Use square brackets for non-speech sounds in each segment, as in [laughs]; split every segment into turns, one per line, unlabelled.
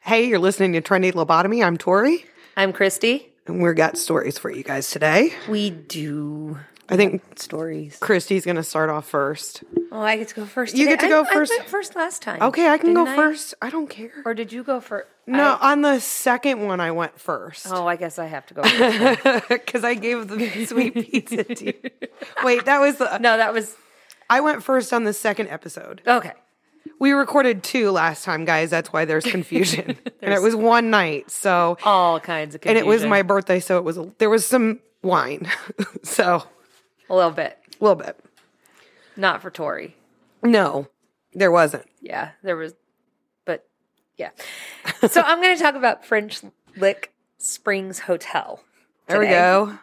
Hey, you're listening to Trendy Lobotomy. I'm Tori,
I'm Christy.
and we've got stories for you guys today.
We do
I think
stories.
Christy's going to start off first.
Oh, I get to go first.
You
today.
get to
I-
go
I
first.
went first last time.
Okay, I can
didn't
go first. I don't care.
Or did you go first?
No, on the second one, I went first
Oh, I guess I have to go.
[laughs]
First.
because I gave
[laughs]
the sweet pizza to you. Wait, that was the.
no, that was
I went first on the second episode.
okay.
We recorded two last time, guys. That's why
[laughs]
there's confusion. and it was one night. So,
All kinds of
and it
confusion.
was my birthday. So, it was, a, there was some wine. [laughs] so,
a little bit,
a little bit.
not for Tori.
No, there wasn't.
Yeah, there was, but yeah. so I'm going to talk about French Lick Springs Hotel.
There we
today.
go.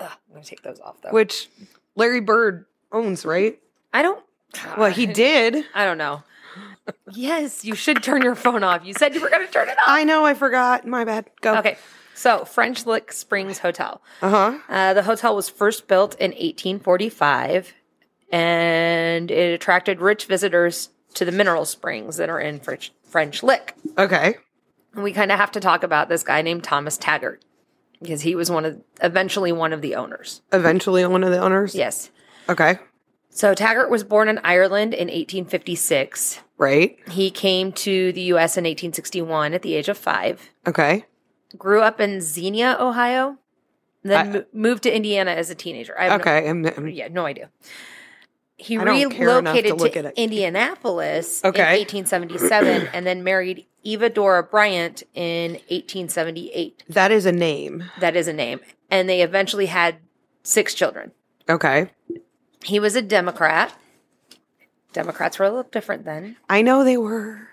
Ugh, I'm going to take those off though.
Which Larry Bird owns, right?
I don't.
Well, he did.
I don't know. yes, you should turn your phone off. You said you were going to turn it off.
I know. I forgot. My bad. Go.
Okay. So, French Lick Springs Hotel.
Uh huh.
Uh, the hotel was first built in 1845 and it attracted rich visitors to the mineral springs that are in French, French Lick.
Okay.
And we kind of have to talk about this guy named Thomas Taggart because he was one of eventually one of the owners.
Eventually, one of the owners.
Yes.
Okay.
So Taggart was born in Ireland in 1856.
Right.
He came to the US in 1861 at the age of 5.
Okay.
grew up in Xenia, Ohio, then mo- moved to Indiana as a teenager. I have no-
Okay. um, I'm- I'm-
yeah, no idea. He
I don't care enough to
relocated to,
look at it.
Indianapolis
Okay. [clears throat]
in 1877 and then married Eva Dora Bryant in 1878.
that is a name.
That is a name. And they eventually had six children.
Okay.
He was a Democrat. Democrats were a little different then.
I know they were.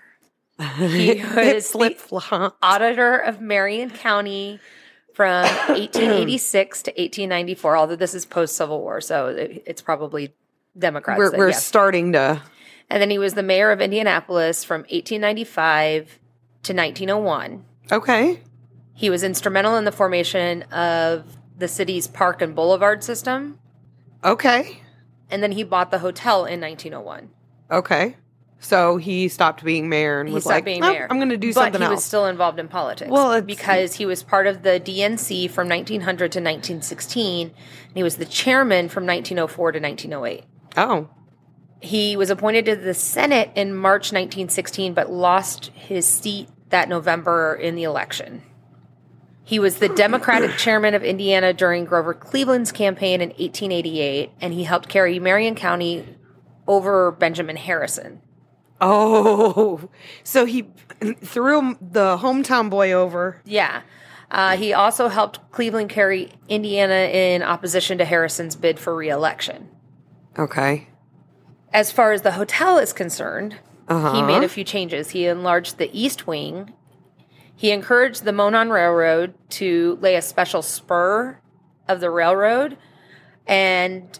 [laughs]
He
It
was
slip
the
flop.
auditor of Marion County
[coughs]
from 1886 to 1894. Although this is post Civil War, so it, it's probably Democrats.
We're,
that-
we're
yeah.
starting to.
And then he was the mayor of Indianapolis from 1895 to 1901.
Okay.
He was instrumental in the formation of the city's park and boulevard system.
Okay.
And then he bought the hotel in 1901.
Okay. So he stopped being mayor and
He
was
stopped
like,
being
"Nope,
mayor.
I'm going to do
but
something
he
else.
was still involved in politics.
Well, it's-
because he was part of the DNC from 1900 to 1916, and he was the chairman from 1904 to 1908.
oh.
He was appointed to the Senate in March 1916, but lost his seat that November in the election. He was
[clears throat]
the Democratic chairman of Indiana during Grover Cleveland's campaign in 1888, and he helped carry Marion County over Benjamin Harrison.
Oh, [laughs] so he threw the hometown boy over.
Yeah. Uh, he also helped Cleveland carry Indiana in opposition to Harrison's bid for reelection.
Okay.
As far as the hotel is concerned, he
Uh-huh.
made a few changes. He enlarged the east wing. He encouraged the Monon Railroad to lay a special spur of the railroad, and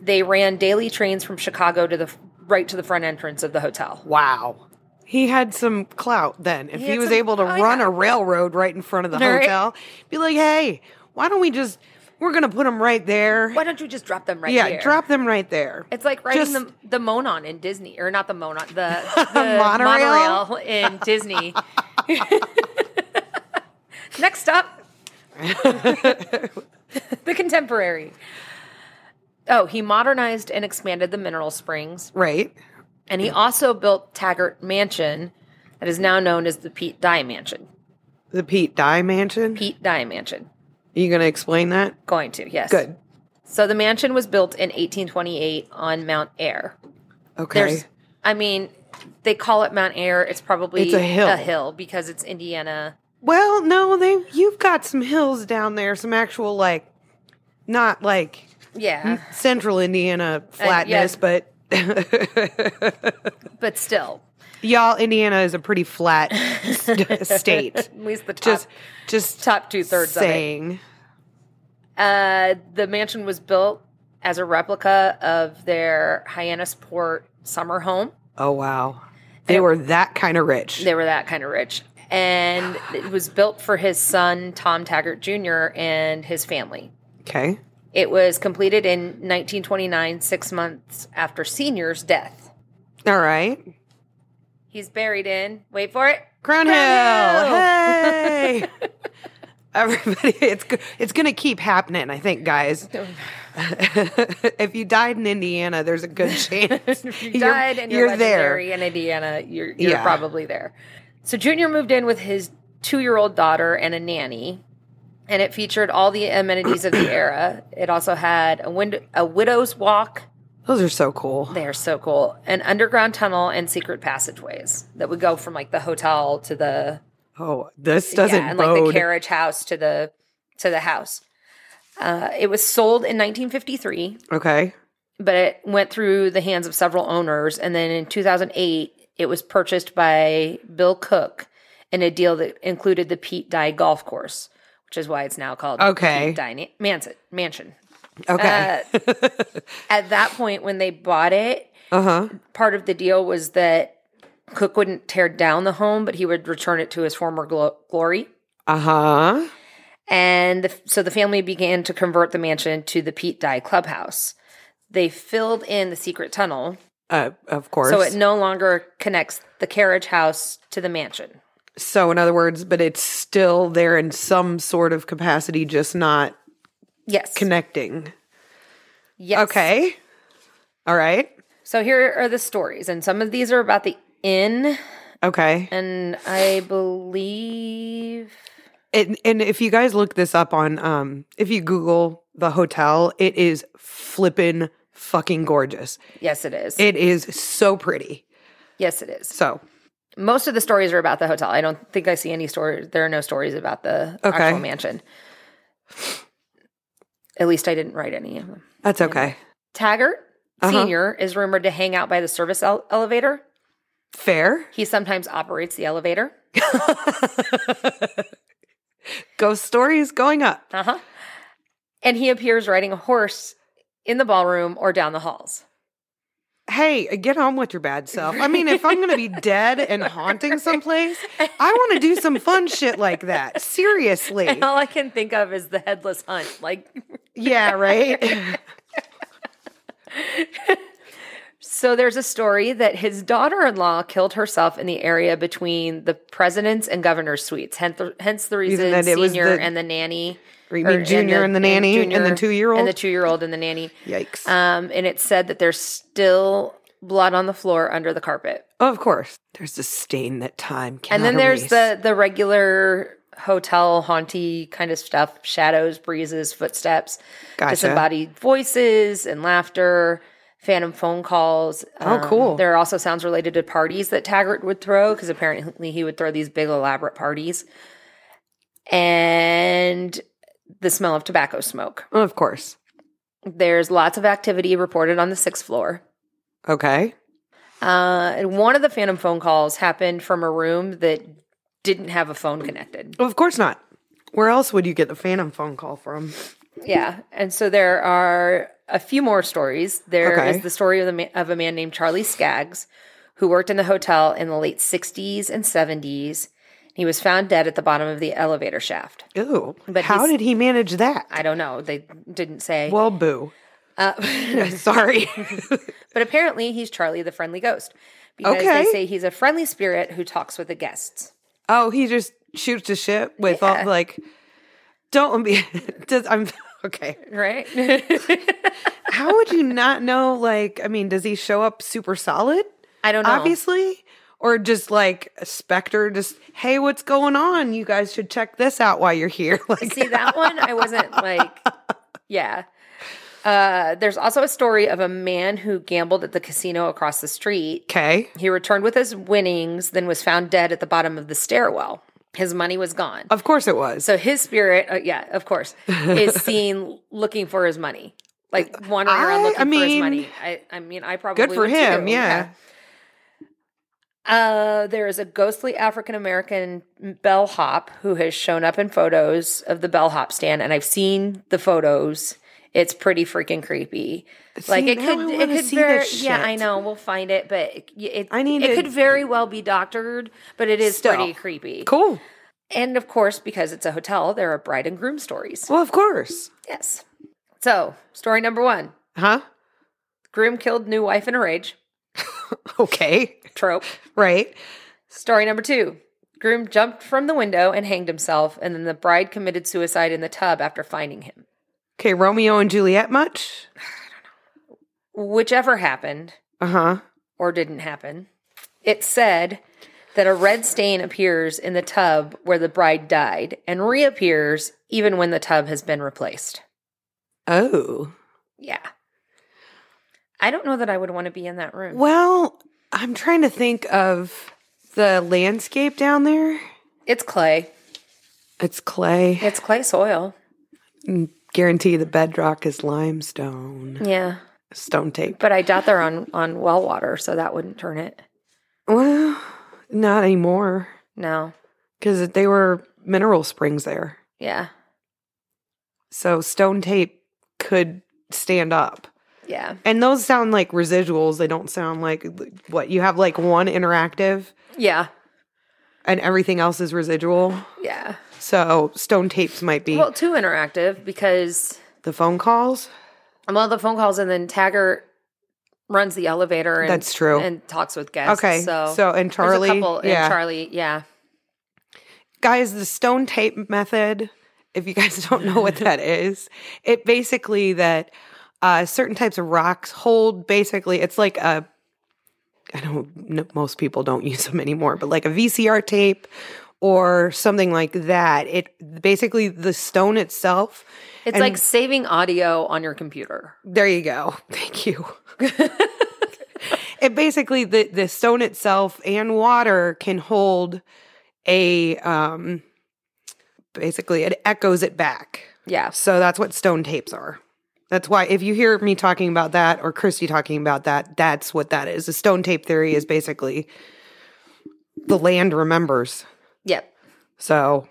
they ran daily trains from Chicago to the right to the front entrance of the hotel.
Wow. He had some clout then. If
He
he,
had
was
some-
able to
oh,
run
yeah.
a railroad right in front of the
Right.
hotel, be like, hey, why don't we just, we're going to put them right there.
Why don't you just drop them right
yeah,
here?
drop them right there.
It's like riding
Just-
the the Monon in Disney, or not the Monon,
[laughs]
the, the
Monorail?
monorail? in
[laughs]
Disney.
[laughs]
Next up, the contemporary. Oh, he modernized and expanded the mineral springs,
right.
and he also built Taggart Mansion, that is now known as the Pete Dye Mansion.
The Pete Dye Mansion.
Pete Dye Mansion.
Are you going to explain that?
Going to yes.
Good.
So the mansion was built in 1828 on Mount Air.
Okay.
There's, I mean, they call it Mount Air. It's probably
It's a hill.
because it's Indiana.
well, no, they you've got some hills down there, some actual like, not like
Yeah,
Hmm. central Indiana
Uh,
flatness, but
but still,
[laughs] y'all, Indiana is a pretty
[laughs]
flat st- state.
at least the top
Just, just
top two thirds of it.
saying.
Uh, the mansion was built as a replica of their Hyannisport summer home.
Oh wow, they were that kind of rich.
They were that kind of rich, and it was built for his son Tom Taggart Jr. and his family.
okay.
It was completed in 1929, six months after Senior's death.
All right.
He's buried in, wait for it,
[laughs] Crown, Hill.
[laughs]
Hey. Everybody, it's go- it's gonna keep happening. I think, guys. [laughs] if you died in Indiana, there's a
[laughs]
good chance [laughs]
you died and you're, legendary in Indiana, you're, you're
Yeah.
probably there. So Junior moved in with his two year old daughter and a nanny, and it featured all the amenities of [clears throat] the era. It also had a, wind- a widow's walk.
Those are so cool.
They are so cool. An underground tunnel and secret passageways that would go from like the hotel to the
Oh, this doesn't
and like the
bode.
carriage house to the to the house. Uh, it was sold in 1953
okay.
but it went through the hands of several owners. And then in 2008, it was purchased by Bill Cook in a deal that included the Pete Dye Golf Course, which is why it's now called
Okay.
Pete Dye Na- Manson, Mansion. Uh,
Okay.
At that point, when they bought it,
Uh huh.
part of the deal was that Cook wouldn't tear down the home, but he would return it to his former glo- glory.
Uh huh.
And the, so the family began to convert the mansion to the Pete Dye Clubhouse. They filled in the secret tunnel,
Uh, of course.
So it no longer connects the carriage house to the mansion.
So, in other words, but it's still there in some sort of capacity, just not
Yes.
connecting.
yes.
Okay. All right.
So here are the stories, and some of these are about the inn,
Okay.
and I believe
And, and if you guys look this up on, um, if you Google the hotel, it is flippin' fucking gorgeous.
yes, it is.
It is so pretty.
yes, it is.
So,
Most of the stories are about the hotel. I don't think I see any stories. There are no stories about the
Okay.
actual mansion. At least I didn't write any of them.
that's okay.
Taggart
Uh-huh.
Senior is rumored to hang out by the service ele- elevator.
Fair.
He sometimes operates the elevator.
Ghost stories going up.
Uh huh. And he appears riding a horse in the ballroom or down the halls.
Hey, get home with your bad self. I mean, if I'm going to
[laughs]
be dead and haunting someplace, I want to do some fun shit like that. Seriously.
And all I can think of is the headless hunt. Like,
Yeah, right?
so there's a story that his daughter in law killed herself in the area between the president's and governor's suites. Hence, hence the reason
that it was
senior
the-
and the nanny.
Or you mean junior and the nanny and the two-year-old?
And the two year old and the nanny.
Yikes.
Um, and it said that there's still blood on the floor under the carpet.
of course. There's a stain that time cannot
and then there's
erase.
the the regular hotel haunty kind of stuff shadows breezes footsteps
Gotcha.
disembodied voices and laughter phantom phone calls Um,
Oh, cool.
there are also sounds related to parties that taggart would throw because apparently he would throw these big elaborate parties and the smell of tobacco smoke
Of course.
there's lots of activity reported on the sixth floor
Okay.
uh, and one of the phantom phone calls happened from a room that didn't have a phone connected
Of course not. Where else would you get the phantom phone call from?
Yeah, and so there are a few more stories. There is
Okay.
the story of, the ma- of a man named Charlie Skaggs, who worked in the hotel in the late '60s and '70s. He was found dead at the bottom of the elevator shaft.
Ew.
But
How
he's-
did he manage that?
I don't know; they didn't say.
well, boo. [laughs]
Uh, [laughs]
Sorry.
but apparently, he's Charlie the friendly ghost because
Okay.
they say he's a friendly spirit who talks with the guests.
oh, he just shoots the shit with all like. Don't be. [laughs] does I'm okay.
Right?
How would you not know? Like, I mean, does he show up super solid?
[laughs] I don't know.
Obviously. Or just like a specter, just hey, what's going on? You guys should check this out while you're here. [laughs] Like,
[laughs] See that one? I wasn't like, yeah. Uh, there's also a story of a man who gambled at the casino across the street.
okay,
He returned with his winnings, then was found dead at the bottom of the stairwell. His money was gone.
of course it was.
So his spirit, uh, yeah, of course,
[laughs]
is seen looking for his money, like wandering
I-
around looking
I
for his
mean,
money. I, I mean, I probably
Good for
would
him.
too,
yeah.
Uh, there is a ghostly African American bellhop who has shown up in photos of the bellhop stand, and I've seen the photos. It's pretty freaking creepy. like
See,
it
now
could,
I
it
wanna
could,
see
very,
this
yeah,
shit.
I know we'll find it, but it, it
I need
it
to-
could very well be doctored, but it is
Still.
pretty creepy.
Cool.
And of course, because it's a hotel, there are bride and groom stories.
Well, of course.
Yes. So, story number one:
Huh? [laughs]
groom killed new wife in a rage.
okay.
Trope.
Right.
Story number two Groom jumped from the window and hanged himself, and then the bride committed suicide in the tub after finding him.
Okay. Romeo and Juliet much?
Whichever happened
Uh huh.
or didn't happen, it said that a red stain appears in the tub where the bride died and reappears even when the tub has been replaced.
Oh.
Yeah. I don't know that I would want to be in that room.
Well, I'm trying to think of the landscape down there.
It's clay.
It's clay.
It's clay soil.
Guarantee the bedrock is limestone.
Yeah.
Stone tape.
But I doubt they're on, on well water, so that wouldn't turn it.
Well, not anymore
No.
because they were mineral springs there.
Yeah.
So stone tape could stand up.
Yeah.
And those sound like residuals. They don't sound like what you have like one interactive
Yeah.
and everything else is residual.
Yeah.
So stone tapes might be
Well, too interactive because
the phone calls.
well, the phone calls and then Taggart runs the elevator. And,
That's true.
And talks with guests.
Okay.
So,
So, and
there's
Charlie.
a couple
yeah.
and Charlie. Yeah.
guys, the stone tape method, if you guys [laughs] don't know what that is, it basically that uh, certain types of rocks hold basically, it's like a, I don't know, most people don't use them anymore, but like a VCR tape or something like that. It basically, the stone itself,
It's
And-
like saving audio on your computer.
there you
[laughs]
go. Thank you. [laughs] it basically the the stone itself and water can hold a um basically it echoes it back.
Yeah.
So that's what stone tapes are. That's why if you hear me talking about that or Christy talking about that, that's what that is. The stone tape theory is basically the land remembers.
Yep.
So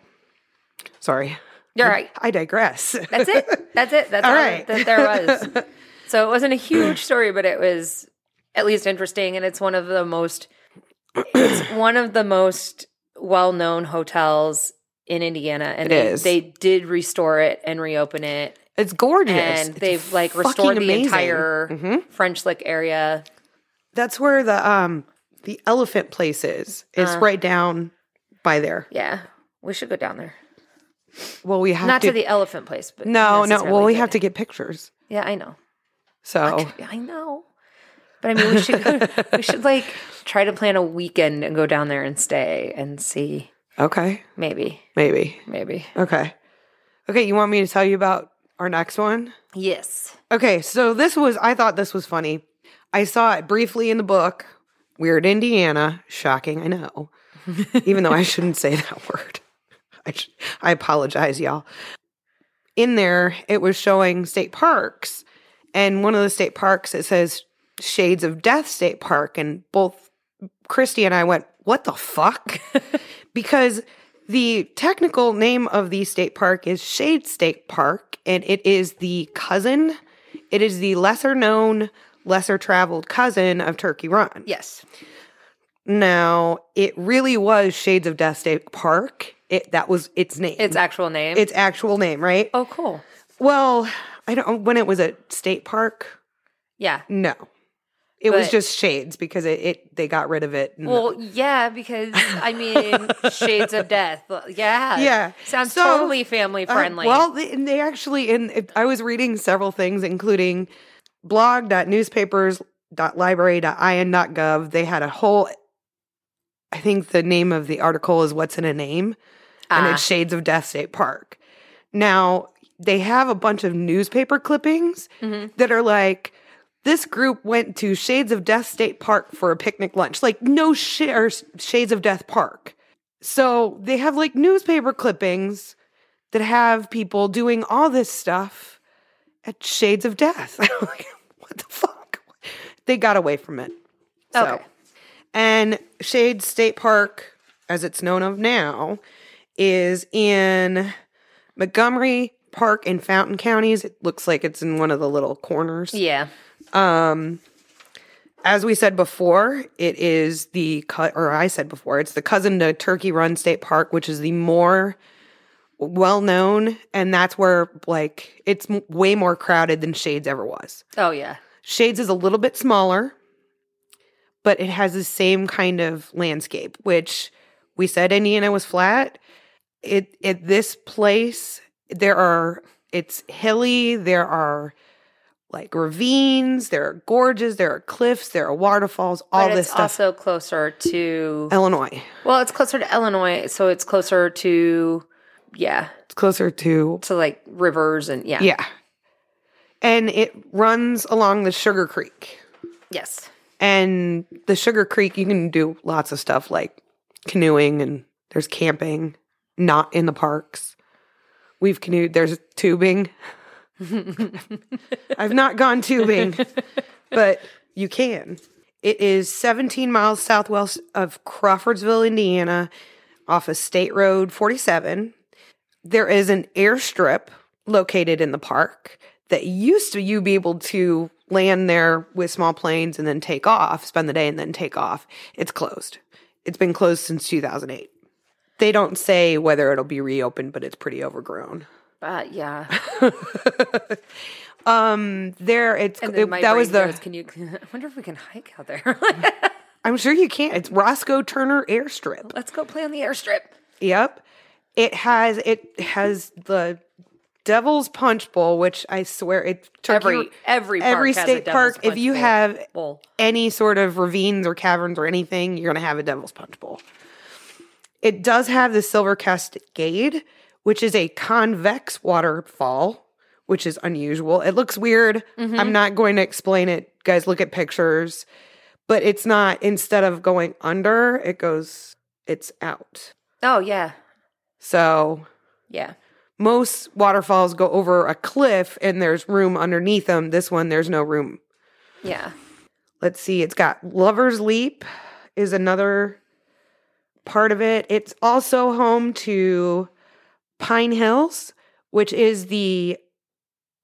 sorry.
You're right.
I digress. [laughs]
That's it. That's it. That's
Mm. All
all,
right.
right. that there
[laughs]
was. So it wasn't a huge story, but it was at least interesting, and it's one of the most. It's one of the most well-known hotels in Indiana, and
It
they,
is.
they did restore it and reopen it,
It's gorgeous.
and
It's
they've like
fucking
restored the
amazing. Mm-hmm.
entire French Lick area.
That's where the um the elephant place is. It's
Uh.
right down by there.
Yeah, we should go down there.
Well, we have
Not
to,
to the elephant place, but
Oh, no, no. Well,
necessarily,
we
but-
have Oh. to get pictures.
Yeah, I know.
So
I know. But I mean, we should go, we should like try to plan a weekend and go down there and stay and see.
okay,
Maybe,
maybe
maybe.
okay, okay. You want me to tell you about our next one?
Yes.
Okay, so this was I thought this was funny. I saw it briefly in the book. Weird Indiana, shocking, I know. Even though I shouldn't say that [laughs] word. I sh- I apologize, y'all. In there, it was showing state parks, and one of the state parks it says Shades of Death State Park and both Christy and I went, "What the fuck?" because the technical name of the state park is Shade State Park, and it is the cousin. It is the lesser known, lesser traveled cousin of Turkey Run.
Yes.
Now, it really was Shades of Death State Park. It that was its name.
Its actual name.
its actual name, right?
oh, cool.
Well, I don't when it was a state park.
Yeah.
No. It was
But-
just Shades because it, it they got rid of it. and-
Well, yeah, because I mean, Shades of Death. Yeah.
Yeah.
Sounds
So-
totally family
Uh,
friendly.
well, they, and they actually, and it- I was reading several things, including blog.newspapers.library.in.gov. They had a whole, I think the name of the article is What's in a Name, and
Ah,
it's Shades of Death State Park. Now, they have a bunch of newspaper clippings
mhm.
that are like, this group went to Shades of Death State Park for a picnic lunch. Like, no shit, or Shades of Death Park. So they have like newspaper clippings that have people doing all this stuff at Shades of Death. [laughs] I'm like, what the fuck? They got away from it. So,
Okay.
and Shades State Park, as it's known of now, is in Montgomery Park and Fountain counties. It looks like it's in one of the little corners.
Yeah.
As we said before, it is the cu- or I said before, it's the cousin to Turkey Run State Park, which is the more well known, and that's where like it's m- way more crowded than Shades ever was.
Oh, yeah.
Shades is a little bit smaller, but it has the same kind of landscape, which we said Indiana was flat. It at this place there are it's hilly, there are like ravines, there are gorges, there are cliffs, there are waterfalls, all
but
this
it's
stuff.
also closer to
Illinois.
well, it's closer to Illinois, so it's closer to yeah,
It's closer to
to like rivers and yeah.
yeah. And it runs along the Sugar Creek.
Yes.
And the Sugar Creek, you can do lots of stuff like canoeing and there's camping, not in the parks. We've canoed, there's tubing. I've not gone tubing, but you can. It is 17 miles southwest of Crawfordsville, Indiana, off of State Road 47. There is an airstrip located in the park that used to you be able to land there with small planes and then take off, spend the day and then take off. It's closed. It's been closed since 2008. They don't say whether it'll be reopened, but it's pretty overgrown.
But
[laughs]
yeah.
There, it's
And then
it-
my
that was the.
goes, can you [laughs] I wonder if we can hike out there. [laughs]
I'm sure you can't. It's Roscoe Turner Airstrip.
Let's go play on the airstrip.
Yep. It has it has the Devil's Punch Bowl, which I swear it Turkey-
Every every park
every
has a
state
Devil's
park. If
Punch
you
Bowl.
have
bowl.
any sort of ravines or caverns or anything, you're gonna have a Devil's Punch Bowl. It does have the Silver Cascade, which is a convex waterfall, which is unusual. It looks weird. I'm not going to explain it. Guys, look at pictures. But it's not, instead of going under, it goes, it's out.
Oh yeah.
So
Yeah.
most waterfalls go over a cliff and there's room underneath them. This one, there's no room.
Yeah.
Let's see, it's got Lover's Leap, is another part of it. It's also home to Pine Hills, which is the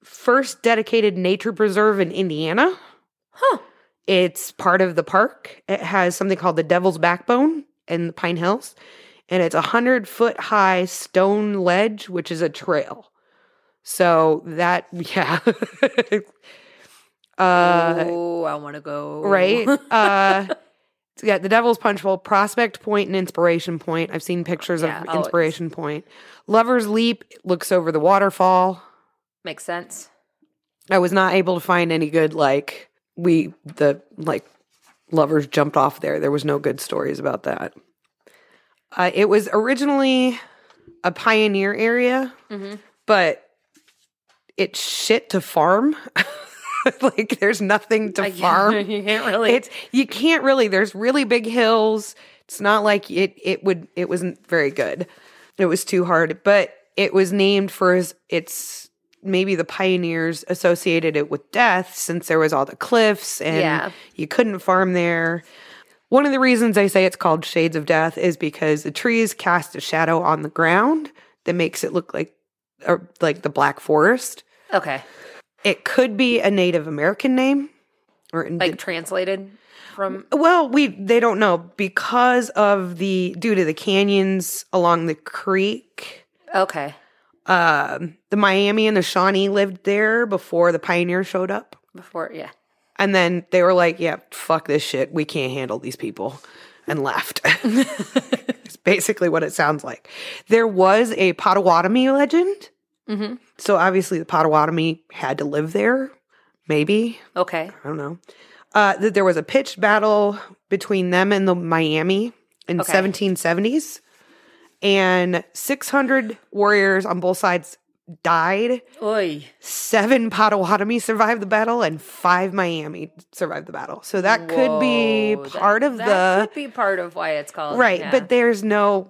first dedicated nature preserve in Indiana.
Huh.
It's part of the park. It has something called the Devil's Backbone in the Pine Hills, and it's a hundred foot high stone ledge, which is a trail. So that, [laughs] yeah. uh,
oh, I want to go.
right? Uh, it's got the Devil's Punch Bowl, Prospect Point, and Inspiration Point. I've seen pictures
Yeah,
of
oh, it's-
Inspiration Point. Lover's Leap looks over the waterfall.
[laughs] Makes sense.
I was not able to find any good like we the like lovers jumped off there. There was no good stories about that. Uh, it was originally a pioneer area,
Mhm.
but it's shit to farm. [laughs] like there's nothing to
I [laughs] can't-
farm.
you can't really.
It's you can't really. There's really big hills. It's not like it. It would. It wasn't very good. It was too hard. But it was named for his- its maybe the pioneers associated it with death since there was all the cliffs and
Yeah.
you couldn't farm there. One of the reasons I say it's called Shades of Death is because the trees cast a shadow on the ground that makes it look like or like the Black Forest.
okay.
It could be a Native American name or
Like translated from.
well, we they don't know because of the due to the canyons along the creek.
Okay.
Um, the Miami and the Shawnee lived there before the pioneers showed up,
Before. Yeah.
and then they were like, "Yeah, fuck this shit. We can't handle these people," and left. [laughs] it's basically what it sounds like. There was a Potawatomi legend,
Mm-hmm.
so obviously the Potawatomi had to live there. Maybe
Okay.
I don't know. Uh, that there was a pitched battle between them and the Miami in
Okay.
1770s, and 600 warriors on both sides died.
Oi.
Seven Potawatomi survived the battle, and five Miami survived the battle. So that could be
Whoa, that-
part of
that
the
could be part of why it's called
right,
yeah.
but there's no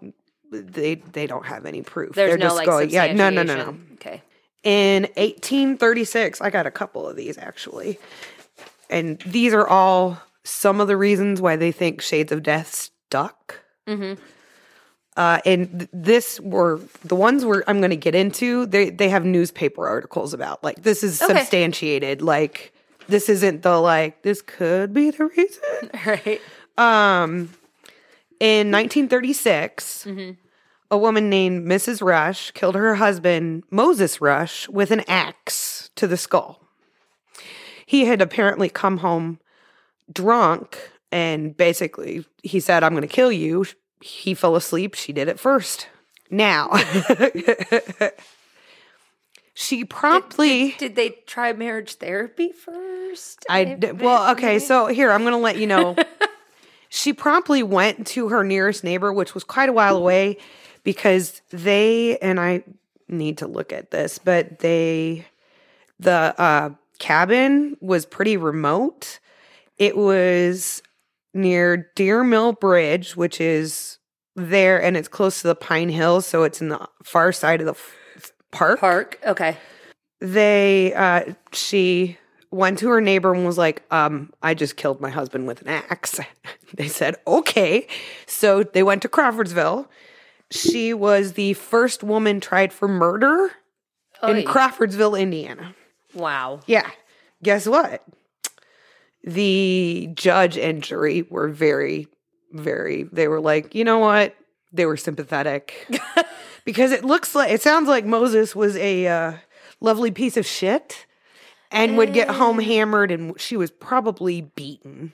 they they don't have any proof.
there's
They're
no
just
like
going, yeah, no, no, no, no.
substantiation. Okay.
In 1836, I got a couple of these actually. And these are all some of the reasons why they think Shades of Death stuck.
Mm-hmm.
Uh, and th- this were the ones where I'm going to get into. They they have newspaper articles about like this is
Okay.
substantiated. Like this isn't the like this could be the reason.
[laughs] Right.
In 1936, a woman named Mrs. Rush killed her husband, Moses Rush, with an axe to the skull. He had apparently come home drunk And basically, he said, I'm going to kill you. He fell asleep. She did it first. Now, [laughs] she promptly.
Did they try marriage therapy first?
I
If
d-
it-
well, okay, so here I'm going to let you know. she promptly went to her nearest neighbor, which was quite a while away, because they and I need to look at this, but they the uh, cabin was pretty remote. It was near Deer Mill Bridge, which is there, and it's close to the Pine Hills, so it's in the far side of the f- park
park. Okay.
they uh she went to her neighbor and was like um i just killed my husband with an axe [laughs] they said okay so they went to crawfordsville she was the first woman tried for murder
Oy.
in crawfordsville indiana
wow.
yeah guess what the judge and jury were very very they were like you know what they were
[laughs]
sympathetic because it looks like it sounds like Moses was a uh, lovely piece of shit and would get home
Eh.
hammered and she was probably beaten.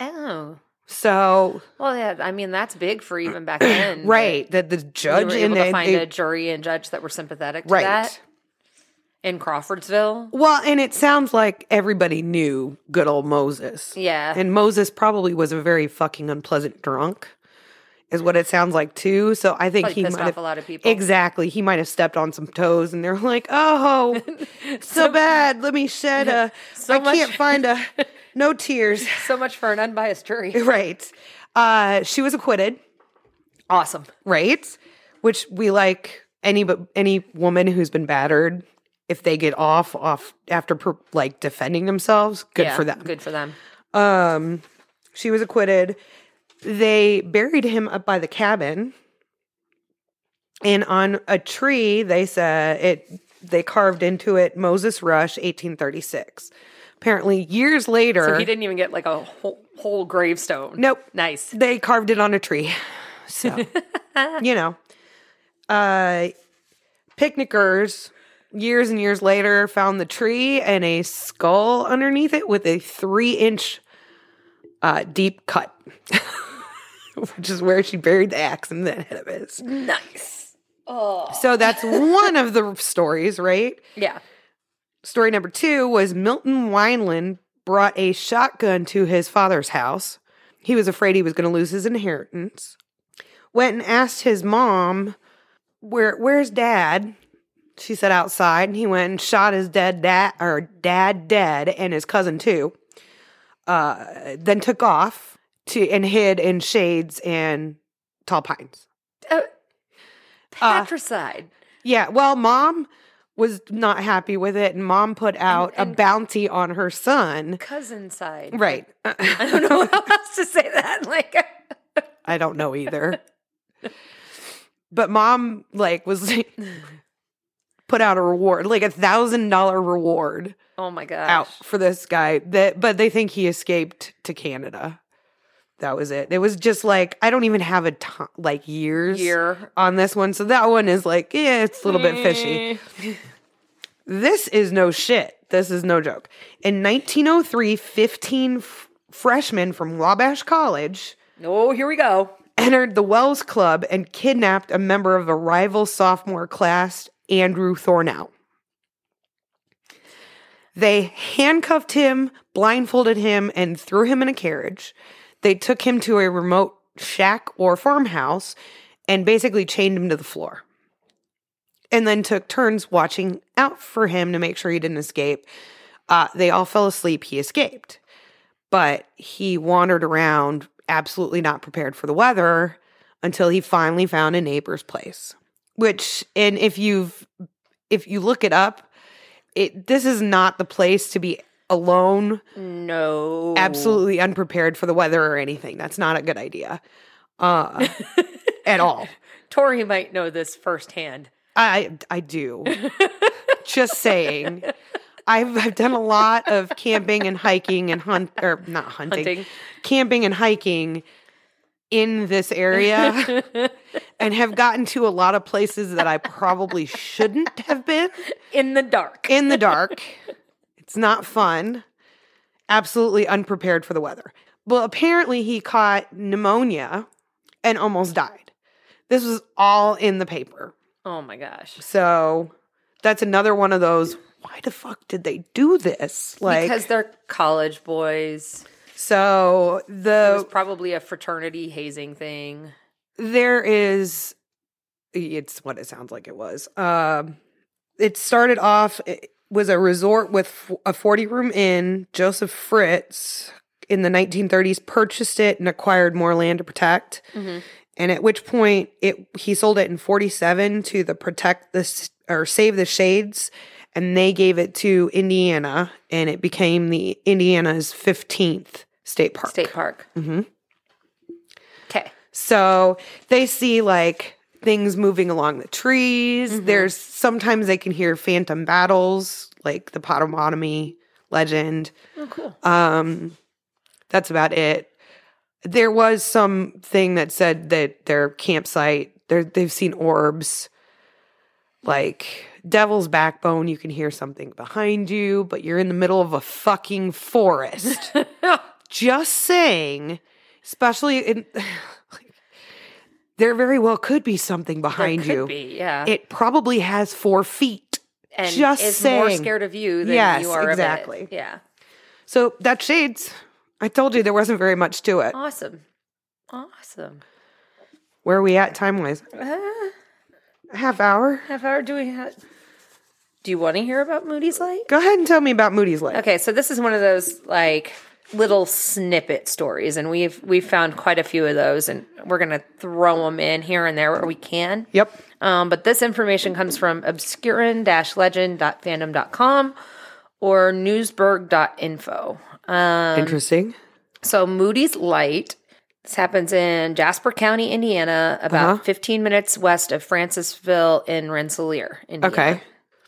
Oh.
So
Well, yeah. I mean, that's big for even back then.
[clears throat]
that
right that the
we
judge
were
in
able
there
to find a jury and judge that were sympathetic to
right.
that in Crawfordsville.
Well, and it sounds like everybody knew good old Moses.
Yeah.
And Moses probably was a very fucking unpleasant drunk, is what it sounds like too. So I think
Probably
he
pissed
might
off
have
a lot of people.
exactly he might have stepped on some toes, and they're like,
[laughs]
"Oh, it's so bad. Let me shed a.
So
I
much-
can't find
[laughs]
a. No tears. [laughs]
So much for an unbiased jury.
right. Uh, she was acquitted.
Awesome.
Right. Which we like any but any woman who's been battered. If they get off off after per, like defending themselves, good
Yeah,
for them.
Good for them.
Um, she was acquitted. They buried him up by the cabin, and on a tree they said it. They carved into it Moses Rush, eighteen thirty six. Apparently, years later,
So he didn't even get like a whole, whole gravestone.
Nope.
Nice.
they carved it on a tree. So, you know, uh, picnickers years and years later found the tree and a skull underneath it with a three inch uh, deep cut, [laughs] which is where she buried the axe and the head of his.
Nice. Oh.
So that's one of the stories, right?
Yeah.
Story number two was Milton Wineland brought a shotgun to his father's house. He was afraid he was going to lose his inheritance. Went and asked his mom, "Where, where's dad?" She said outside, and he went and shot his dead dad or dad dead and his cousin too. Uh, then took off to and hid in shades and tall pines.
Uh,
Uh,
patricide.
Yeah, well, mom was not happy with it, and mom put out a
and-
bounty on her son.
cousin
[laughs]
side.
Right.
I don't know how else to say that. [laughs] Like,
I don't know
[laughs]
either. but mom, like, was put out a reward, like a thousand dollar reward
oh my gosh.
out for this guy. That, but they think he escaped to Canada. That was it. It was just like I don't even have a ton, like years
Year.
on this one, so that one is like, yeah, it's a little bit fishy.
Mm.
This is no shit. This is no joke. In 1903, 15 f- freshmen from Wabash College
Oh, here we go.
entered the Wells Club and kidnapped a member of a rival sophomore class, Andrew Thornow. They handcuffed him, blindfolded him, and threw him in a carriage. They took him to a remote shack or farmhouse and basically chained him to the floor. And then took turns watching out for him to make sure he didn't escape. Uh, they all fell asleep. He escaped, but he wandered around absolutely not prepared for the weather until he finally found a neighbor's place. Which, and if you've, if you look it up, it this is not the place to be alone
No.
absolutely unprepared for the weather or anything. That's not a good idea uh, at all.
Tori might know this firsthand.
I I do. Just saying. I've I've done a lot of camping and hiking and hunt or not hunting,
Hunting.
camping and hiking in this area and have gotten to a lot of places that I probably shouldn't have been
In the dark.
in the dark. It's not fun. Absolutely unprepared for the weather. Well, apparently he caught pneumonia and almost died. This was all in the paper.
Oh my gosh.
So that's another one of those. Why the fuck did they do this? Like,
because they're college boys.
so
It was
the
probably a fraternity hazing thing.
there is it's what it sounds like it was um it started off it was a resort with f- a 40 room inn joseph fritz in the 1930s purchased it and acquired more land to protect and at which point it he sold it in 47 to the protect the S- or save the shades and they gave it to indiana and it became the indiana's 15th state park
State Park.
Mhm.
Okay.
So they see like things moving along the trees. There's sometimes they can hear phantom battles, like the Potawatomi legend.
Oh, cool.
Um, that's about it. There was some thing that said that their campsite, they're- they've seen orbs, like Devil's Backbone. You can hear something behind you, but you're in the middle of a fucking
[laughs]
forest. Just saying, especially in. [sighs] There very well could be something behind
could
you.
Be, yeah.
It probably has four feet.
and
just
is more
saying.
scared of you than
Yes,
you are of
exactly.
it. Yeah.
So that's shades. I told you there wasn't very much to it.
Awesome. Awesome.
Where are we at time wise?
Uh,
A half hour.
half hour. Do we have? Do you want to hear about Moody's Light?
Go ahead and tell me about Moody's Lake.
Okay, so this is one of those like little snippet stories, and we've we've found quite a few of those, and we're gonna throw them in here and there where we can.
Yep.
Um, but this information comes from obscurin-legend.fandom.com or newsberg.info. Um,
Interesting.
So Moody's Light. This happens in Jasper County, Indiana, about 15 minutes west of Francisville in Rensselaer, Indiana.
Okay.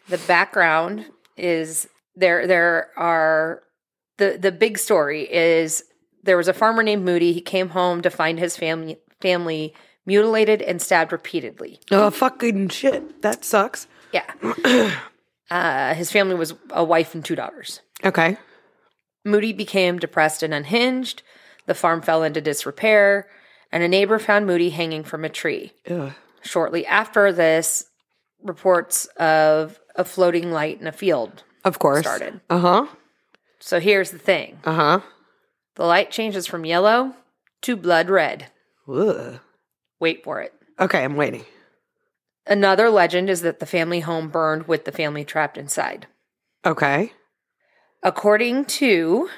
The background is there. There are the the big story is there was a farmer named Moody. He came home to find his family family mutilated and stabbed repeatedly.
Oh fucking shit. That sucks.
Yeah. [clears throat] uh, his family was a wife and two daughters.
Okay.
Moody became depressed and unhinged. The farm fell into disrepair, and a neighbor found Moody hanging from a tree.
Ugh.
Shortly after this, reports of a floating light in a field
Of course.
started.
Uh huh.
So here's the thing
Uh huh.
the light changes from yellow to blood red.
Ugh.
Wait for it.
Okay, I'm waiting.
Another legend is that the family home burned with the family trapped inside.
Okay.
According to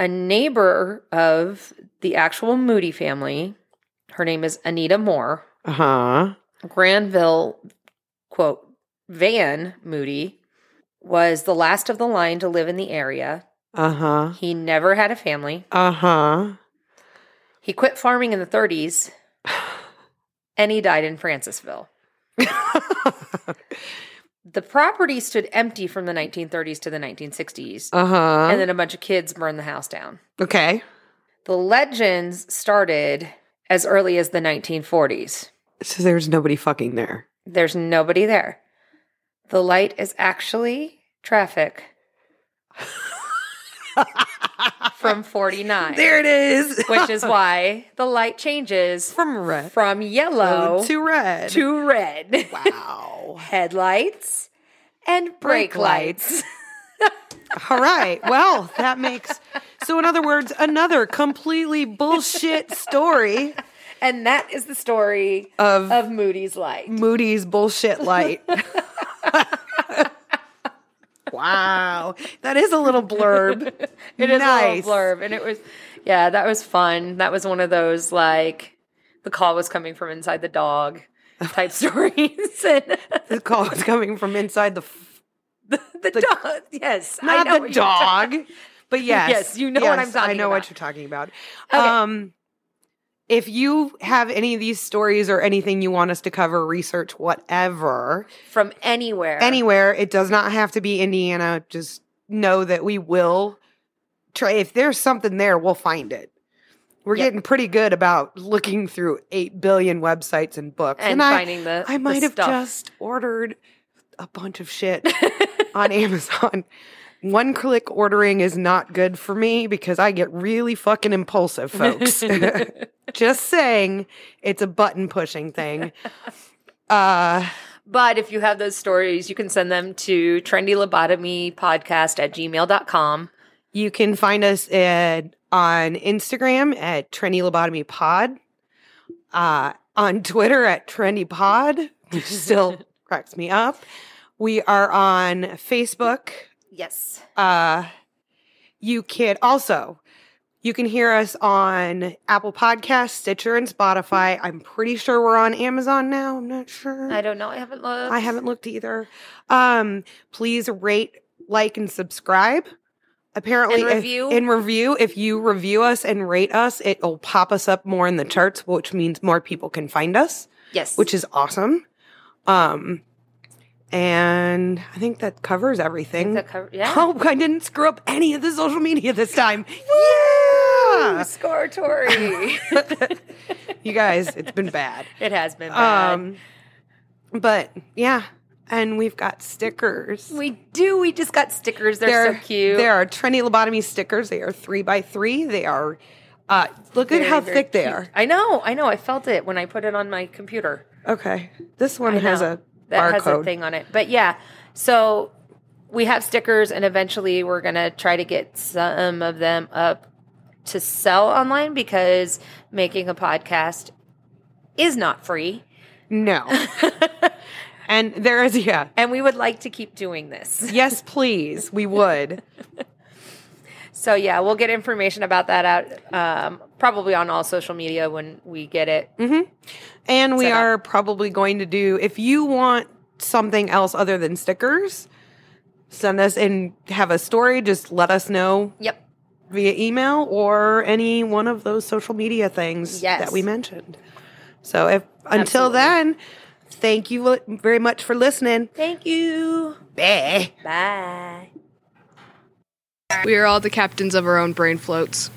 a neighbor of the actual Moody family, her name is Anita Moore,
Uh huh.
Granville, quote, Van Moody was the last of the line to live in the area.
Uh huh.
He never had a family.
Uh huh.
He quit farming in the 30s and he died in Francisville. [laughs] The property stood empty from the 1930s to the 1960s,
uh
and
huh.
then a bunch of kids burned the house down.
Okay.
The legends started as early as the 1940s.
So there's nobody fucking there.
There's nobody there. The light is actually traffic
[laughs]
from 49,
There it [laughs] is.
which is why the light changes
From red Oh,
from yellow
to red.
to red.
[laughs] wow.
Headlights and brake
Brake
lights.
All right. Well, that makes. So, in other words, another completely bullshit story
And that is the story
of
of Moody's light.
Moody's bullshit light. [laughs] wow. That is a little blurb.
It is a little blurb, and it was, yeah, that was fun. That was one of those like the call was coming from inside the
[laughs]
dog type stories. [laughs] And
The call is coming from inside the f-
the, [laughs] the dog, yes,
not
know
the
what you're talking- [laughs]
dog. But yes.
Yes, you know what I'm
I
talking
know
about.
what you're talking about. Um if you have any of these stories or anything you want us to cover, research whatever,
from anywhere,
anywhere, it does not have to be Indiana. Just know that we will try. If there's something there, we'll find it. We're
Yep.
getting pretty good about looking through 8 billion websites and books.
and,
I,
finding the
I
the
might have
stuff. [laughs]
just ordered a bunch of shit on Amazon. One click ordering is not good for me because I get really fucking impulsive,
[laughs]
folks. [laughs] Just saying, it's a button pushing thing. Uh,
But if you have those stories, you can send them to trendylobotomypodcast at gmail.com.
you can find us at, on Instagram at Trendy Lobotomy Pod, uh, on Twitter at Trendy Pod, which still cracks me up. We are on Facebook
Yes.
uh you can also you can hear us on apple Podcasts, stitcher and spotify i'm pretty sure we're on amazon now i'm not sure
I don't know. I haven't looked.
I haven't looked either um please rate like and subscribe apparently
And
if-
review.
and review if you review us and rate us it'll pop us up more in the charts which means more people can find us
Yes.
which is awesome um and i think that covers everything
the cover. Yeah.
Oh, I didn't screw up any of the social media this time.
Ooh,
Yeah. [laughs]
Score Tori.
You guys, it's been bad.
it has been [laughs] bad.
Um but yeah, and we've got stickers.
we do. We just got stickers. They're, so cute.
There are trendy lobotomy stickers. They are three by three. They are uh look at
Very,
how
very
thick they
cute.
are.
I know. I know. I felt it when I put it on my computer.
Okay. This one
I
has
know.
a
that has a
barcode.
thing on it. But yeah, so we have stickers, and eventually we're gonna try to get some of them up to sell online because making a podcast is not free,
No.
[laughs]
and there is yeah.
and we would like to keep doing this. [laughs]
Yes, please. We would.
So yeah, we'll get information about that out um, probably on all social media when we get it.
Mm-hmm. And we
set up.
are probably going to do, if you want something else other than stickers, send us and have a story. Just let us know
Yep.
via email or any one of those social media things
Yes.
that we mentioned. So if until
Absolutely.
then, thank you li- very much for listening.
Thank you.
Bye.
Bye.
We are all the captains of our own brain floats.